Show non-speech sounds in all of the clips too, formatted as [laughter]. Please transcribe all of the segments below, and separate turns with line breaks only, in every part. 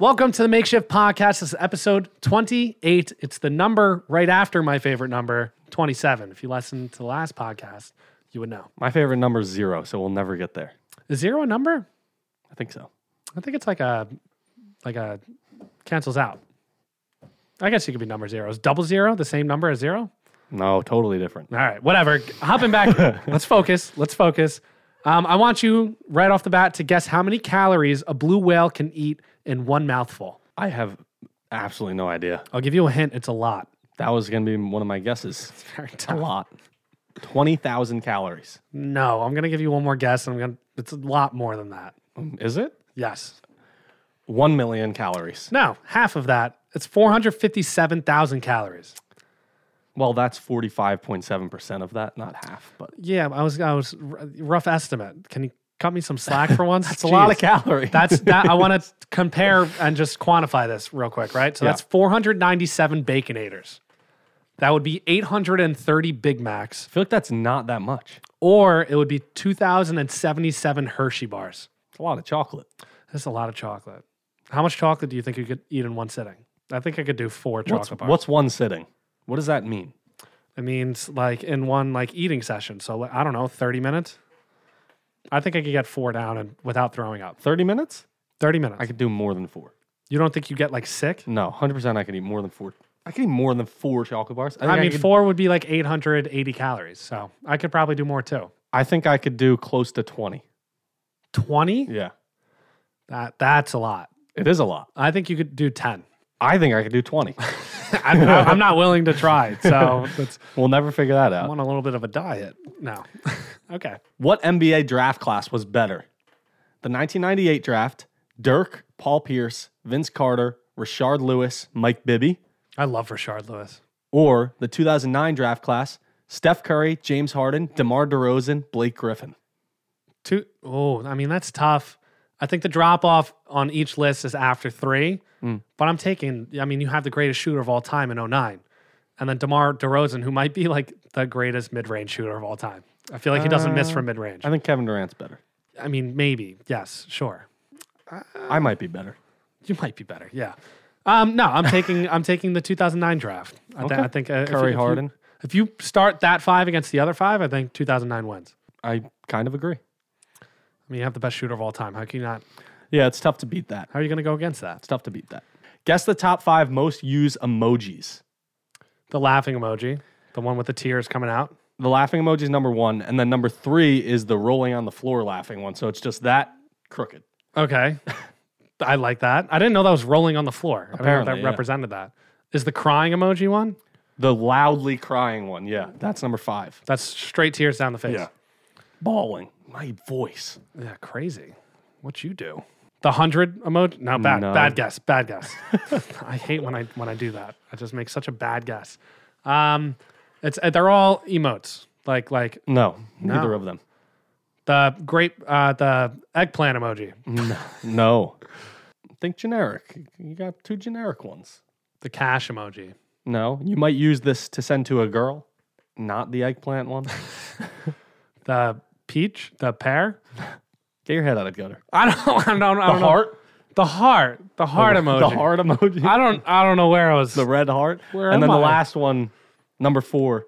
Welcome to the Makeshift Podcast. This is episode 28. It's the number right after my favorite number, 27. If you listened to the last podcast, you would know.
My favorite number is zero, so we'll never get there.
Is zero a number?
I think so.
I think it's like a like a cancels out. I guess you could be number zero. Is double zero the same number as zero?
No, totally different.
All right, whatever. Hopping back. let's focus. Let's focus. Um, I want you right off the bat to guess how many calories a blue whale can eat in one mouthful.
I have absolutely no idea.
I'll give you a hint. It's a lot. [laughs]
That was going to be one of my guesses.
Very
[laughs] A
tough.
lot. 20,000 calories.
No, I'm gonna give you one more guess, and I'm gonna. It's a lot more than that.
Um, Is it?
Yes.
1 million calories.
No, half of that. It's 457,000 calories.
Well, that's 45.7% of that, not half, but
Yeah, I was. I was r- rough estimate. Can you cut me some slack for
[laughs]
once?
it's a lot of calories.
That's that. I want to compare and just quantify this real quick, right? So
Yeah.
that's 497 baconators. That would be 830 Big Macs,
I feel like that's not that much.
or it would be 2,077 Hershey bars.
It's a lot of chocolate.
That's a lot of chocolate. How much chocolate do you think you could eat in one sitting? I think I could do four
What's,
chocolate bars.
what's one sitting? What does that mean?
It means like in one like eating session. So like, I don't know, 30 minutes. I think I could get four down and without throwing up.
30 minutes?
30 minutes.
I could do more than four.
you don't think you get like sick?
No, 100% I could eat more than four. I could eat more than four chocolate bars. think
I mean,
could-
four would be like 880 calories. So I could probably do more too.
I think I could do close to 20.
20?
Yeah.
That, that's a lot.
It is a lot.
I think you could do 10.
I think I could do [laughs] 20.
[laughs] I'm, not- I'm not willing to try. So that's,
we'll never figure that
I'm
out.
on a little bit of a diet. No. [laughs] okay.
What NBA draft class was better? The 1998 draft, Dirk, Paul Pierce, Vince Carter, Richard Lewis, Mike Bibby,
I love Richard Lewis.
or the 2009 draft class, Steph Curry, James Harden, DeMar DeRozan, Blake Griffin?
Two oh, I mean that's tough. I think the drop off on each list is after three,
Mm.
but I'm taking. I mean, you have the greatest shooter of all time in 09. and then Demar Derozan, who might be like the greatest mid range shooter of all time. I feel like he doesn't miss from mid range.
Uh, I think Kevin Durant's better.
I mean, maybe yes, sure,
I might be better.
you might be better. Yeah. Um, no, I'm taking [laughs] I'm taking the 2009 draft. I, thi-
Okay.
I think uh, if you-
Curry,
if you-
Harden.
If you start that five against the other five, I think 2009 wins.
I kind of agree.
I mean, you have the best shooter of all time. How can you not?
Yeah, it's tough to beat that.
How are you going to go against that?
It's tough to beat that. Guess the top five most used emojis.
The laughing emoji, the one with the tears coming out.
the laughing emoji is number one, and then number three is the rolling on the floor laughing one. So it's just that crooked.
Okay. [laughs] I like that. I didn't know that was rolling on the floor. I didn't know
Apparently,
that
yeah.
represented that. Is the crying emoji one?
The loudly crying one, yeah, that's number five.
That's straight tears down the face.
Yeah. Bawling, my voice.
Yeah, crazy. What you do? The hundred emoji? No, bad,
No.
bad guess, bad guess. [laughs] I hate when I when I do that. I just make such a bad guess. Um, it's uh, they're all emotes. Like like
No, neither of them.
the grape, uh, the eggplant emoji,
No. Think generic. You got two generic ones.
the cash emoji.
No, you might use this to send to a girl, not the eggplant
[laughs]
one.
The peach, the pear.
Get your head out of gutter.
[laughs] I don't. I don't. I don't know. The heart. The heart emoji.
[laughs] The heart
[laughs]
emoji.
I don't. I don't know where I was.
The red heart.
Where
and
am
then the
I?
last one, number four.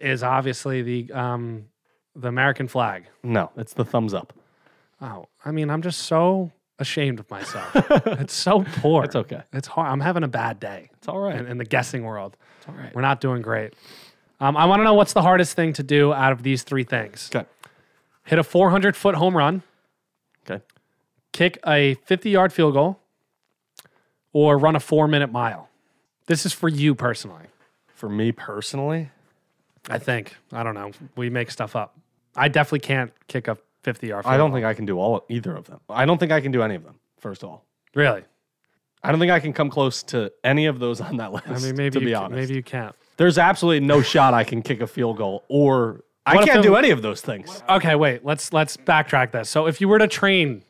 is obviously the um the American flag.
No, it's the thumbs up.
Oh, I mean, I'm just so ashamed of
[laughs]
myself. it's so poor. It's
okay.
It's hard. I'm having a bad day
It's all right.
in, in the guessing world.
It's all right.
We're not doing great. Um, I want to know what's the hardest thing to do out of these three things:
Okay.
hit a 400 foot home run,
Okay.
kick a 50 yard field goal, or run a four minute mile. This is for you personally.
For me personally,
I think. I don't know. We make stuff up. I definitely can't kick a 50 yard.
I don't think I can do all either of them. I don't think I can do any of them. First of all,
really.
I don't think I can come close to any of those on that list.
I mean, maybe
to be
you, ca-
honest,
maybe you can't.
there's absolutely no shot I can kick a field goal, or I
if
can't
it-
do any of those things.
Okay, wait. Let's let's backtrack this. So, if you were to train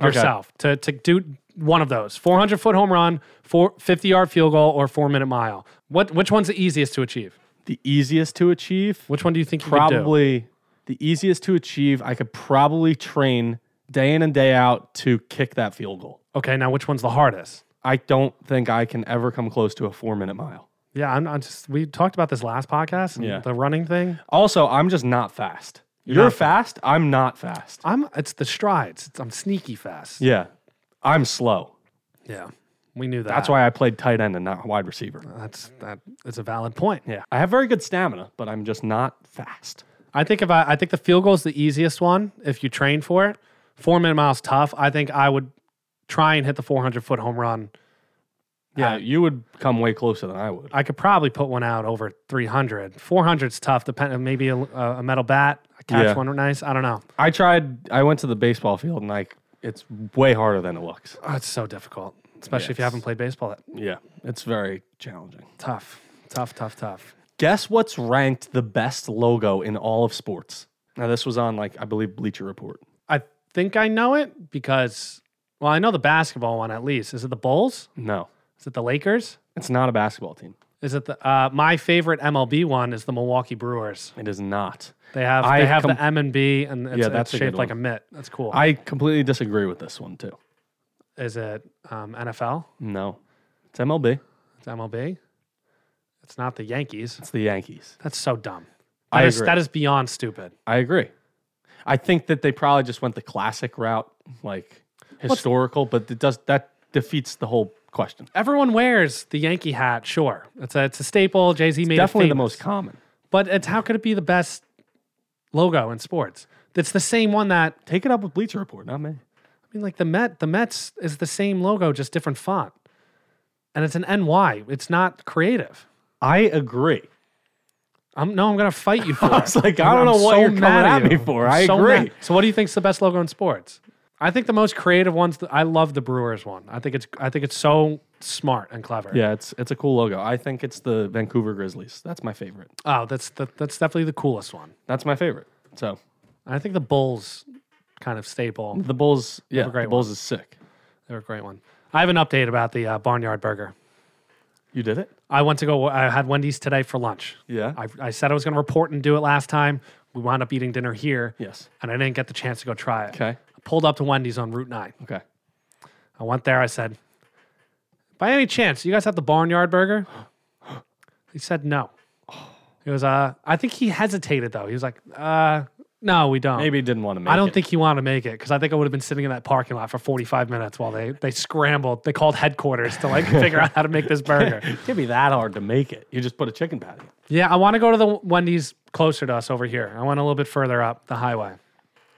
yourself to to do one of those 400 foot home run, four, 50 yard field goal, or four minute mile, what which one's the easiest to achieve?
The easiest to achieve,
Which one do you think you could do?
probably the easiest to achieve. I could probably train day in and day out to kick that field goal.
Okay, now which one's the hardest?
I don't think I can ever come close to a four minute mile.
Yeah, I'm, I'm just. We talked about this last podcast. and
Yeah.
the running thing.
Also, I'm just not fast. You're,
not
fast. I'm not fast.
I'm. It's the strides. It's, I'm sneaky fast.
Yeah. I'm slow.
Yeah, we knew that.
That's why I played tight end and not wide receiver.
That's that. It's a valid point.
Yeah. I have very good stamina, but I'm just not fast.
I think if I, I think the field goal is the easiest one if you train for it. Four minute miles tough. I think I would try and hit the 400 foot home run.
Yeah. Uh, you would come way closer than I would.
I could probably put one out over 300. 400's tough. Depending, maybe a, a metal bat. I catch
Yeah.
one nice. I don't know.
I tried, I went to the baseball field and like, it's way harder than it looks.
Oh, it's so difficult, especially if you
Yes.
haven't played baseball. That
Yeah. It's very challenging.
tough, tough, tough, tough.
Guess what's ranked the best logo in all of sports? Now, this was on like, I believe Bleacher Report.
I think I know it because, well, I know the basketball one at least. Is it the Bulls?
No,
Is it the Lakers?
it's not a basketball team.
Is it the uh, my favorite MLB one is the Milwaukee Brewers.
It is not.
They have
I
they have
com-
the M and B, and it's,
Yeah,
that's
that's a
shaped
good
like a
one.
mitt. That's cool.
I completely disagree with this one too.
is it um, NFL?
No, it's MLB.
It's MLB. It's not the Yankees.
It's the Yankees.
That's so dumb.
I
That is-
agree.
that is beyond stupid.
I agree. I think that they probably just went the classic route, like historical, but it does that defeats the whole question.
Everyone wears the Yankee hat. Sure, it's a it's a staple. Jay Z made
Definitely
it
the
famous.
most common.
But it's how could it be the best logo in sports? It's the same one that
Take it up with Bleacher Report, not me.
I mean, like the Met, the Mets is the same logo, just different font, and it's an NY. It's not creative.
I agree.
I'm no, I'm gonna fight
[laughs]
you for. it.
was like, I don't know what you're coming at me for. I
so
agree.
mad. So, what do you think's the best logo in sports? I think the most creative ones. I love the Brewers one. I think it's I think it's so smart and clever.
Yeah, it's it's a cool logo. I think it's the Vancouver Grizzlies. That's my favorite.
Oh, that's the, that's definitely the coolest one.
That's my favorite. So
I think the Bulls kind of staple.
the Bulls, yeah,
great
the Bulls is sick.
They're a great one. I have an update about the uh, Barnyard Burger.
You did it.
I went to go. I had Wendy's today for lunch.
Yeah.
I, I said I was going to report and do it last time. We wound up eating dinner here,
yes.
and I didn't get the chance to go try it.
Okay.
I pulled up to Wendy's on Route Nine.
Okay.
I went there. I said, "By any chance, you guys have the Barnyard Burger?" [gasps] He said, "No." He was. Uh, I think he hesitated though. He was like, "Uh, no, we don't."
Maybe he didn't want to make
I don't
it.
think he wanted to make it because I think I would have been sitting in that parking lot for 45 minutes while they they scrambled. They called headquarters to
[laughs]
like figure out how to make this burger.
It can't be that hard to make it. You just put a chicken patty.
Yeah, I want to go to the Wendy's closer to us over here. I went a little bit further up the highway.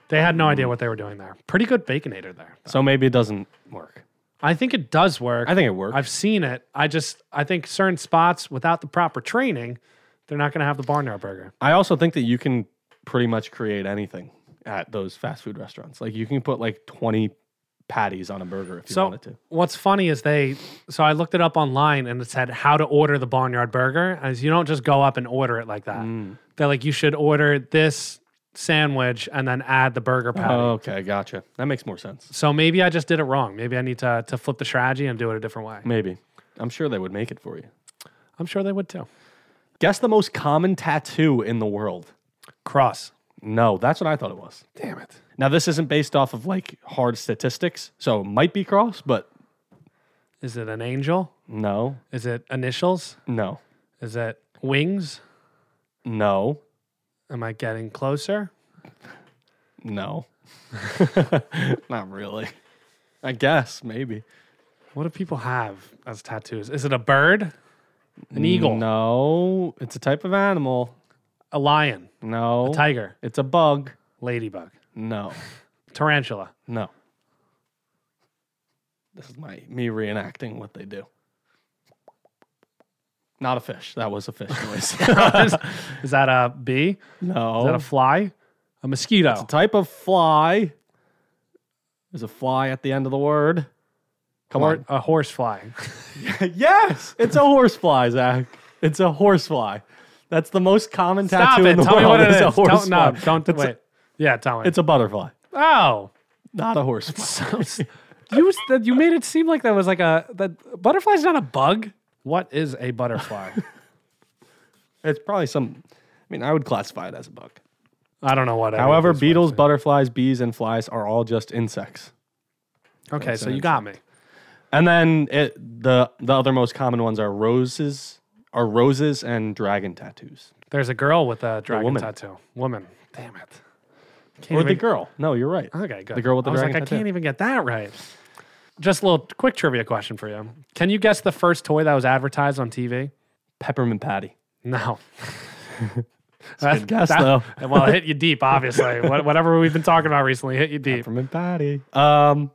They had no idea what they were doing there. Pretty good baconator there.
So maybe it doesn't work.
I think it does work.
I think it worked.
I've seen it. I just I think certain spots without the proper training, they're not going to have the barnyard burger.
I also think that you can pretty much create anything at those fast food restaurants. Like you can put like 20 patties on a burger if you
So
wanted to.
what's funny is they. So I looked it up online and it said how to order the barnyard burger. As you don't just go up and order it like that. They're like you should order this sandwich and then add the burger patty.
Okay, gotcha. That makes more sense.
So maybe I just did it wrong. Maybe I need to to flip the strategy and do it a different way.
Maybe. I'm sure they would make it for you.
I'm sure they would too.
Guess the most common tattoo in the world.
Cross.
No, that's what I thought it was.
Damn it.
Now this isn't based off of like hard statistics, so it might be cross, but
Is it an angel?
no,
Is it initials?
no,
Is it wings?
no,
Am I getting closer?
no. [laughs] Not really. I guess maybe
What do people have as tattoos? Is it a bird? An eagle?
No, it's a type of animal.
A lion?
No,
Tiger?
it's a bug.
Ladybug?
No, [laughs]
Tarantula?
no. This is my me reenacting what they do. Not a fish. That was
[laughs]
a fish noise.
is, is that a bee? Is
no,
that a fly? A mosquito?
type of fly. There's a fly at the end of the word. Come
Or a horse fly?
on. [laughs] yes, it's a horsefly, Zach. It's a horsefly. That's the most common
Stop
tattoo
it.
in the
Tell me
world.
what it
is
is.
a
Don't,
horsefly.
no, don't.
It's,
wait. yeah, tell me.
it's a butterfly,
oh.
not a [laughs] horsefly.
So you s- that- you made it seem like that was like a that butterfly's not a bug. What is a
[laughs]
butterfly?
It's probably some. I mean, I would classify it as a bug.
I don't know what. any of
However,
these
beetles,
ones
butterflies, bees, and flies are all just insects.
are. Okay, so you got me.
And then it, the the other most common ones are roses, are roses and dragon tattoos.
There's a girl with a dragon
woman.
tattoo. Woman. Damn it. Can't
Or
even-
the girl. No, you're right.
Okay, good.
The girl with the
I was
dragon
like,
tattoo.
I can't even get that right. Just a little quick trivia question for you. Can you guess the first toy that was advertised on TV?
Peppermint patty.
No. [laughs]
good guess, though.
well, it hit you
[laughs]
deep, obviously. What, whatever we've been talking about recently hit you deep.
Peppermint patty. Um,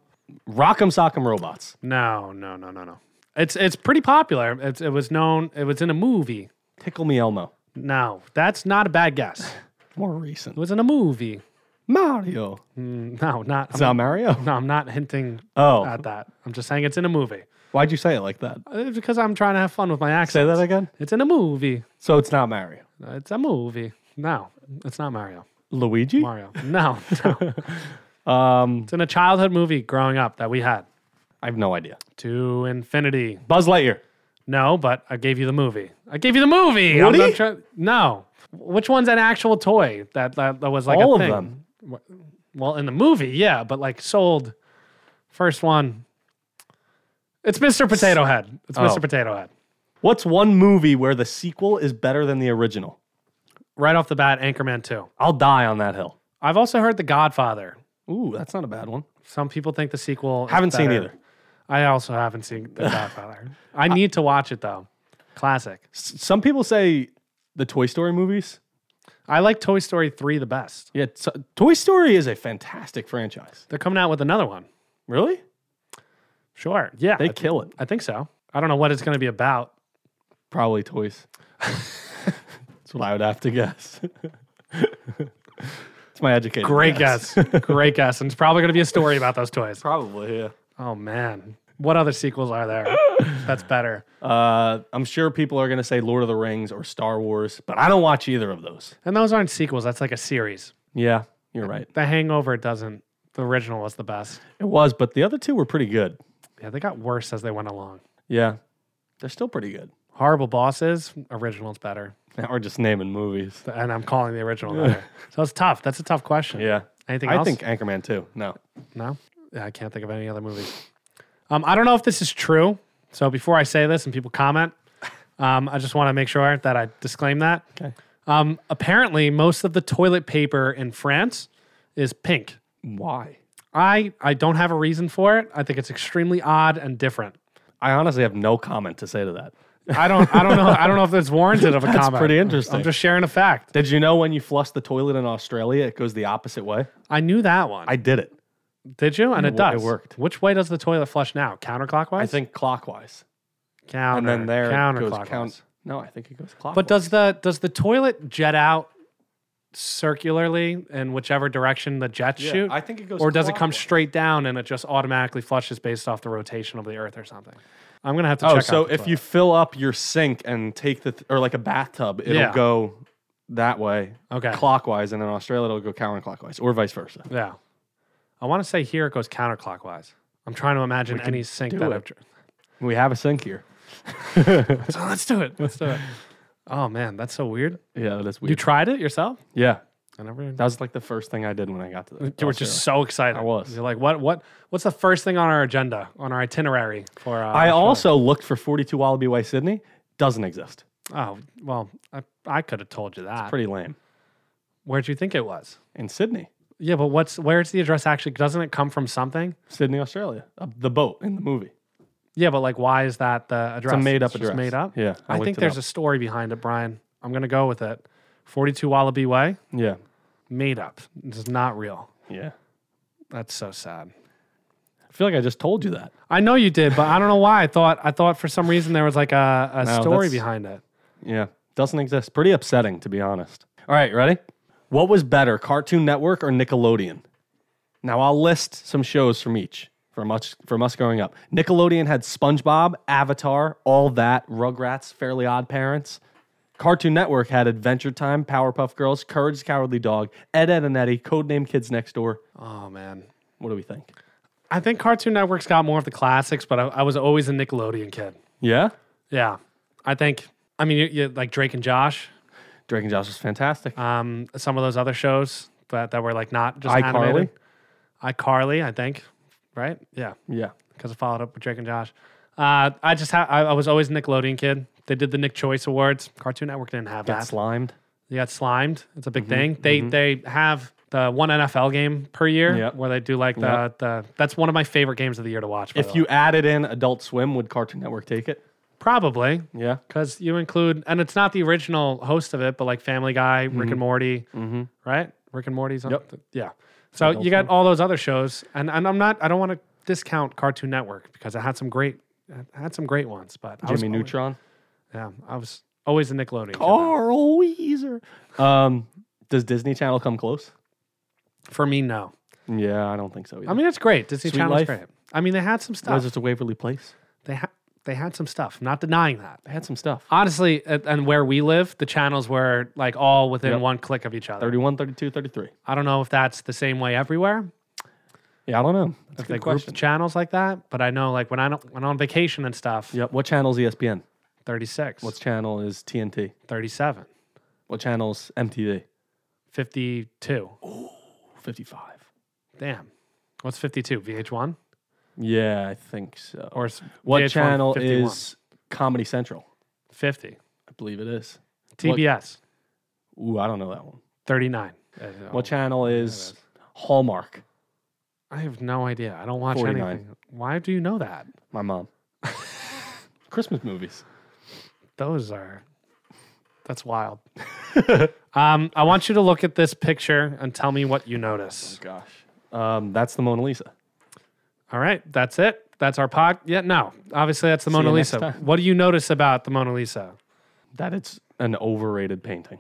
Rock'em Sock'em Robots.
No, no, no, no, no. It's it's pretty popular. It's, it was known. It was in a movie.
Tickle Me Elmo.
No, that's not a bad guess. It
More recent.
was in a movie.
Mario.
Mm, No, not.
Is
I'm,
that Mario?
no, I'm not hinting
Oh,
at that. I'm just saying it's in a movie. Uh,
why'd you say it like that?
It's because I'm trying to have fun with my accent.
Say that again.
It's in a movie.
So it's not Mario.
It's a movie. No, it's not Mario.
Luigi.
Mario. No, no.
[laughs] Um,
it's in a childhood movie growing up that we had.
I have no idea.
To infinity.
Buzz Lightyear.
No, but I gave you the movie. I gave you the movie.
Woody?
not try- no. Which one's an actual toy that that, that was like
All
a
of
thing?
them.
Well, in the movie, yeah, but like sold. First one. It's Mr. Potato Head. It's
Oh.
Mr. Potato Head.
What's one movie where the sequel is better than the original?
Right off the bat, Anchorman 2.
I'll die on that hill.
I've also heard The Godfather.
Ooh, that's not a bad one.
Some people think the sequel. is
Haven't seen
better.
either.
I also haven't seen The Godfather. I need to watch it though. Classic.
S- some people say the Toy Story movies.
I like Toy Story 3 the best.
Yeah, t- Toy Story is a fantastic franchise.
They're coming out with another one.
Really?
Sure. Yeah.
They
I-
kill it.
I think so. I don't know what it's going to be about.
Probably [laughs] toys. that's what I would have to guess. [laughs] it's my education.
Great guess. Great guess. And it's probably going to be a story about those toys.
Probably, yeah.
Oh, man. What other sequels are there? That's better.
Uh, I'm sure people are going to say Lord of the Rings or Star Wars, but I don't watch either of those.
And those aren't sequels. That's like a series.
Yeah, you're right.
The Hangover doesn't. The original was the best.
It was, but the other two were pretty good.
Yeah, they got worse as they went along.
Yeah, they're still pretty
[laughs]
good.
Horrible Bosses, original's better.
Now we're just naming movies.
And I'm calling the original better. so it's tough. That's a tough question.
Yeah,
Anything
I
else?
think Anchorman too. No,
No, Yeah, I can't think of any other movies. Um, I don't know if this is true. So before I say this and people comment, um, I just want to make sure that I disclaim that.
Okay.
Um, apparently, most of the toilet paper in France is pink.
why?
I I don't have a reason for it. I think it's extremely odd and different.
I honestly have no comment to say to that.
I don't I don't know I don't know if it's warranted of a
[laughs] That's
comment.
pretty interesting.
I'm just sharing a fact.
Did you know when you flush the toilet in Australia, it goes the opposite way?
I knew that one.
I did it.
Did you? And it
wo- it
does.
worked.
Which way does the toilet flush now? Counterclockwise.
I think clockwise,
counter.
and then there it
counterclockwise.
goes count. No, I think it goes clockwise.
But does the does the toilet jet out circularly in whichever direction the jets
Yeah,
shoot?
I think it goes.
or does it come
clockwise.
straight down and it just automatically flushes based off the rotation of the earth or something? I'm gonna have to
Oh,
check.
so
out the
if you fill up your sink and take the th- or like a bathtub, it'll
Yeah.
go that way
toilet. okay,
clockwise, and in Australia it'll go counterclockwise, or vice versa.
yeah, I want to say here it goes counterclockwise. I'm trying to imagine any sink
do
that
it.
I've. tr-
We have a sink here.
[laughs] So let's do it. Let's do
[laughs]
it. Oh man, that's so weird.
Yeah, that's
You
weird.
tried it yourself?
yeah,
I never.
that was like the first thing I did when I got to the.
you were just so excited.
I was.
You're like, what? What? What's the first thing on our agenda, on our itinerary for? Uh,
I
Australia?
also looked for 42 Wallaby Way, Sydney. Doesn't exist.
Oh well, I, I could have told you that.
Pretty lame.
Where'd you think it was?
In Sydney,
Yeah, but what's where's the address actually? Doesn't it come from something?
Sydney, Australia. Uh, the boat in the movie.
Yeah, but like, why is that the address?
It's a made up
just
address.
Made up.
Yeah,
I, think
looked it
there's
up.
a story behind it, Brian. I'm gonna go with it. 42 Wallaby Way,
Yeah,
made up. This is not real.
yeah.
That's so sad.
I feel like I just told you that.
I know you did, but I don't know why. I thought I thought for some reason there was like a, a
No,
story
that's-
behind it.
Yeah, doesn't exist. Pretty upsetting, to be honest. All right, ready? What was better, Cartoon Network or Nickelodeon? Now I'll list some shows from each from us from us growing up. Nickelodeon had SpongeBob, Avatar, All That, Rugrats, Fairly Odd Parents. Cartoon Network had Adventure Time, Powerpuff Girls, Courage the Cowardly Dog, Ed Ed and Eddie, Codename Kids Next Door.
Oh man.
What do we think?
I think Cartoon Network's got more of the classics, but I, I was always a Nickelodeon kid.
Yeah,
Yeah, I think. I mean, you, you, like Drake and Josh.
Drake and Josh was fantastic.
Um, some of those other shows that, that were like not just
iCarly.
animated. iCarly, I think, right? Yeah,
Yeah.
because I followed up with Drake and Josh. Uh, I just ha- I, I was always a Nickelodeon kid. They did the Nick Choice Awards. Cartoon Network didn't have
Got
that.
slimed.
You got slimed. It's a big
Mm-hmm,
thing. They they have the one NFL game per year
Yep.
where they do like the
Yep.
the that's one of my favorite games of the year to watch. by the
If
way.
you added in Adult Swim, would Cartoon Network take it?
probably
Yeah.
because you include and it's not the original host of it, but like Family Guy, Rick and Morty, right? Rick and Morty's on.
Mm-hmm. Yep.
Yeah. So you got all those other shows, and and I'm not I don't want to discount Cartoon Network because I had some great I had some great ones, but I was
Jimmy
always-
Neutron. Oh.
Yeah, I was always a Nickelodeon. kid.
Carl Weezer. Um, does Disney Channel come close?
For me, no.
Yeah, I don't think so. Either.
I mean, it's great. Disney
Sweet
Channel's
Life.
great. I mean, they had some stuff.
Wizards of Waverly Place.
they had they had some stuff. I'm not denying that.
They had some stuff.
Honestly, a- and where we live, the channels were like all within
Yep.
one click of each other.
31, 32, 33.
I don't know if that's the same way everywhere.
Yeah, I don't know. That's
If
a
they group the
good question.
channels like that, but I know like when I don't, when I'm on vacation and stuff,
Yep. What channel is E ESPN?
36,
What channel is TNT?
37,
What channel is MTV?
52.
55.
Damn. What's 52? VH1
Yeah, I think so.
or is
what
VH1
channel
51?
is Comedy Central?
50?
I believe it is.
TBS
Ooh, I don't know that one.
39. Uh,
What channel Oh, is
it is.
Hallmark?
I have no idea. I don't watch
49.
anything. Why do you know that?
My mom. [laughs] Christmas movies.
Those are that's
[laughs]
wild. um, I want you to look at this picture and tell me what you notice.
Gosh. Um, that's the Mona Lisa.
All right, that's it. That's our pod. Yeah, no, obviously that's the Mona
you next
Lisa.
time.
What do you notice about the Mona Lisa?
That it's an overrated painting.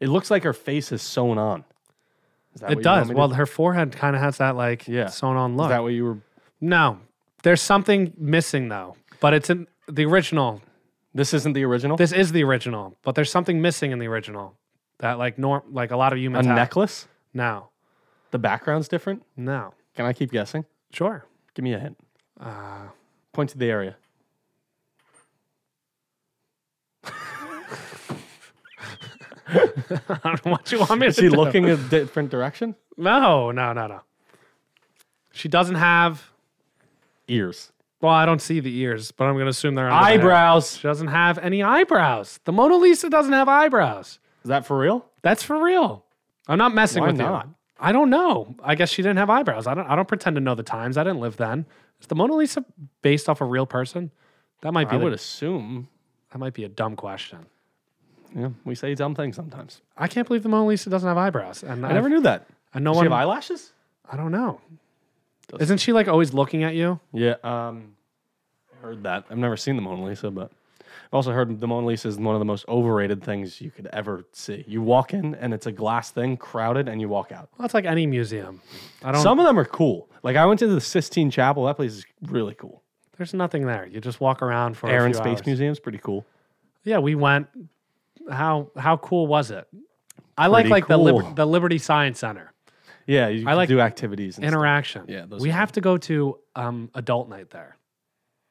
It looks like her face is sewn on. Is that what
It
you want
does.
me to-
Well, her forehead kind of has that like
Yeah.
sewn on look.
is that what you were?
no, there's something missing though. But it's in the original.
This isn't the original.
This is the original, but there's something missing in the original that like norm like a lot of
a
humans have.
necklace.
No,
The background's different.
no,
Can I keep guessing?
sure. [laughs]
Give me a hint.
Uh,
Point to
[laughs]
the area.
I don't know what you want me to
[laughs] Is she
do.
looking a different direction?
No, no, no, no. She doesn't have.
Ears.
Well, I don't see the ears, but I'm going to assume they're under the hair.
Eyebrows.
She doesn't have any eyebrows. The Mona Lisa doesn't have eyebrows.
Is that for real?
That's for real. I'm not messing
Why
with
not?
you. I don't know. I guess she didn't have eyebrows. I don't. I don't pretend to know the times. I didn't live then. Is the Mona Lisa based off a real person? That might be.
I
the-
would assume.
that might be a dumb question.
Yeah, we say dumb things sometimes.
I can't believe the Mona Lisa doesn't have eyebrows. And
I never knew that.
And no
Does she
one.
have eyelashes?
I don't know.
Does-
Isn't she like always looking at you?
Yeah, um, I heard that. I've never seen the Mona Lisa, but I've also heard the Mona Lisa is one of the most overrated things you could ever see. You walk in and it's a glass thing, crowded, and you walk out.
Well, it's like any museum. I don't.
Some of them are cool. Like I went to the Sistine Chapel. That place is really cool.
There's nothing there. You just walk around for
Air
a
and
few
Space
hours.
Museum's pretty cool.
Yeah, we went. How how cool was it? I like
Pretty
like the
cool.
Liber- the Liberty Science Center
Yeah, you can
like
do activities. And stuff.
interaction.
Yeah, those
we
are
have to go to um, adult night there.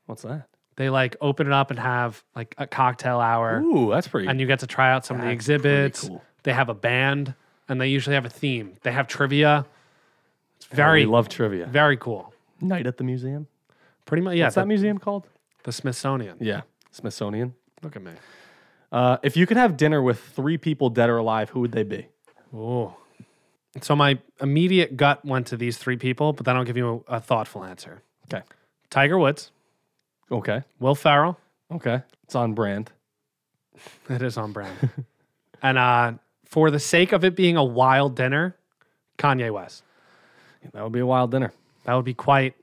What's that?
They like open it up and have like a cocktail hour,
Ooh, that's pretty.
and you get to try out some of the
That's pretty
exhibits.
cool.
They have a band, and they usually have a theme. They have trivia. It's
Yeah,
very
we love trivia.
very cool.
Night at the museum.
Pretty much, yeah.
What's that
The,
museum called?
the Smithsonian.
Yeah, Smithsonian.
Look at me.
Uh, if you could have dinner with three people, dead or alive, who would they be?
Oh. So my immediate gut went to these three people, but then I'll give you a, a thoughtful answer.
Okay.
Tiger Woods,
Okay.
Will Farrell.
Okay. It's on brand.
It is on brand. [laughs] and uh, for the sake of it being a wild dinner, Kanye West.
That would be a wild dinner.
That would be quite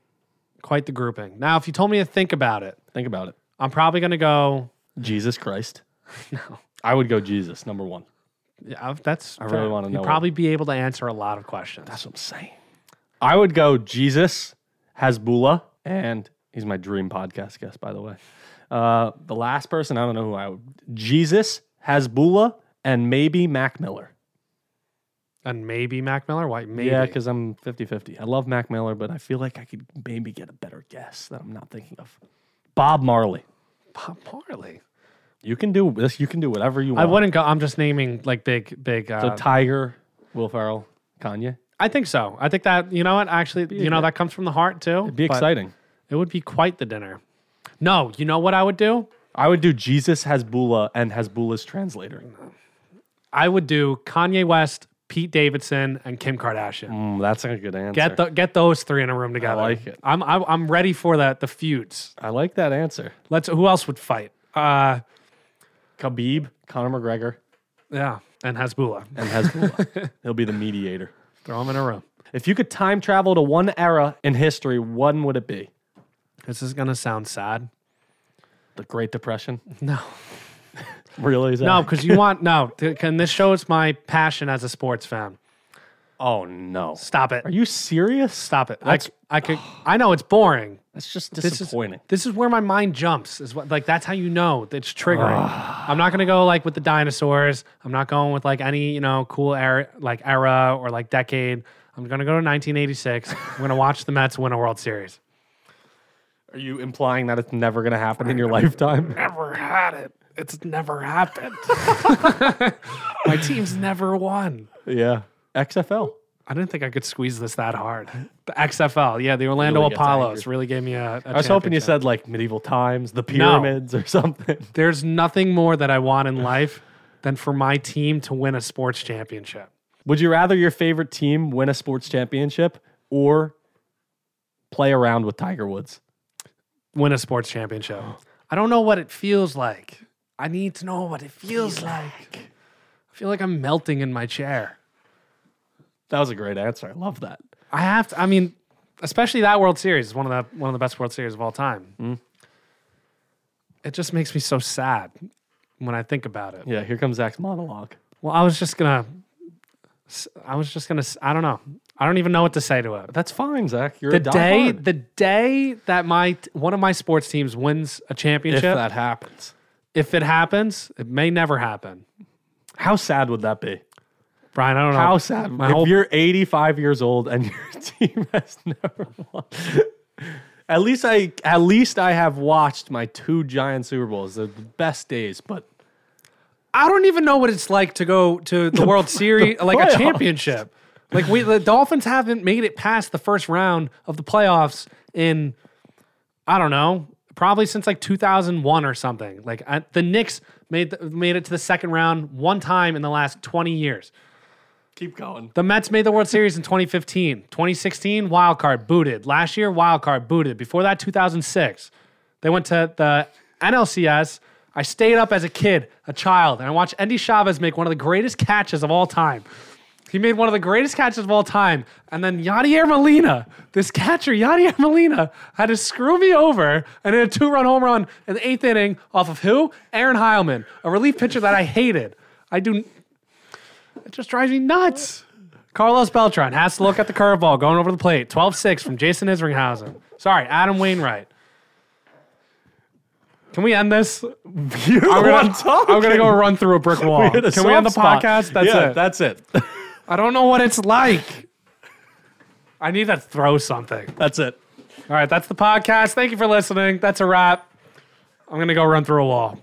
quite the grouping. Now, if you told me to think about it,
Think about it.
I'm probably gonna go.
Jesus Christ. [laughs] no. I would go Jesus, number one.
Yeah, that's. I
really wanna know
You'd probably be able to answer a lot of questions.
That's what I'm saying. I would go Jesus, Hasbullah, and he's my dream podcast guest, by the way. Uh, the last person, I don't know who I would. Jesus, Hasbullah, and maybe Mac Miller.
and maybe Mac Miller. Why? Maybe.
Yeah, because I'm 50 50. I love Mac Miller, but I feel like I could maybe get a better guess that I'm not thinking of. Bob Marley.
Bob Marley.
You can do this. You can do whatever you
I
want.
wouldn't go. I'm just naming like big, big. Uh,
the Tiger, Will Ferrell, Kanye.
I think so. I think that you know what? Actually, you know that comes from the heart too.
It'd be
but
exciting.
It would be quite the dinner. No, you know what I would do?
I would do Jesus Hezbollah and Hezbollah's translator.
I would do Kanye West, Pete Davidson, and Kim Kardashian.
Mm, that's a good answer.
Get the, get those three in a room together.
like it.
I'm I, I'm ready for that. The feuds.
I like that answer.
Let's. Who else would fight? Uh,
Khabib, Conor McGregor,
yeah, and Hezbollah.
and [laughs] Hezbollah. He'll be the mediator.
Throw them in a room.
If you could time travel to one era in history, when would it be?
This is gonna sound sad.
The Great Depression?
No,
[laughs] Really? Is that-
no, because you want no. th- Can this shows my passion as a sports fan?
Oh, no.
Stop it.
Are you serious?
Stop it.
That's-
I, I could. I know it's boring.
That's just
This is
disappointing.
This is where my mind jumps. Is what like that's how you know that it's triggering. I'm not gonna go like with the dinosaurs. I'm not going with like any you know cool era like era or like decade. I'm gonna go to 1986. I'm gonna watch the Mets win a World Series.
Are you implying that it's never going to happen in your lifetime?
Never had it. It's never happened. [laughs] my team's never won.
[laughs] yeah. XFL.
I didn't think I could squeeze this that hard. The XFL, yeah, the Orlando
Really gets
Apollos
angry.
really gave me a. a
I was hoping you
championship.
said like medieval times, the pyramids, or [laughs] something.
There's nothing more that I want in [laughs] life than for my team to win a sports championship.
Would you rather your favorite team win a sports championship or play around with Tiger Woods?
Win a sports championship. I don't know what it feels like. I need to know what it feels like. I feel like I'm melting in my chair.
That was a great answer. I love that.
I have to. I mean, especially that World Series is one of the one of the best World Series of all time. It just makes me so sad when I think about it.
Yeah, here comes Zach's monologue.
Well, I was just gonna. I was just gonna. I don't know. I don't even know what to say to it.
That's fine, Zach. You're
the
a diehard.
day the day that my one of my sports teams wins a
if
championship if,
that happens.
it happens it may never happen
How sad would that be?
brian i don't know
How sad.
my
if
whole
you're 85 years old and [laughs] your team has never won. at least I at least I have watched my two giant Super Bowls. They're the best days, but
i don't even know what it's like to go to the, [laughs] world series like
playoffs.
a championship like we the dolphins haven't made it past the first round of the playoffs in i don't know probably since like 2001 or something like I, the knicks made the, made it to the second round one time in the last 20 years [laughs]
keep going.
The Mets made the World Series in 2015. 2016, wild card booted. Last year, wild card booted. Before that, 2006. They went to the NLCS. I stayed up as a kid, a child, and I watched Andy Chavez make one of the greatest catches of all time. He made one of the greatest catches of all time. And then Yadier Molina, this catcher, Yadier Molina, had to screw me over and hit a two run home run in the eighth inning off of who? Aaron Heilman, a relief pitcher that I hated. I do. It just drives me nuts. Carlos Beltran has to look at the curveball going over the plate. 12 6 from Jason Isringhausen. Sorry, Adam Wainwright. Can we end this?
You're the
I'm gonna-
one talking.
I'm going to go run through a
[laughs]
brick wall.
Hit a
Can we end the
soft spot.
podcast? That's
Yeah,
it.
That's it.
I don't know what it's like. I need to throw something.
That's it.
All right, that's the podcast. Thank you for listening. That's a wrap. I'm going to go run through a wall.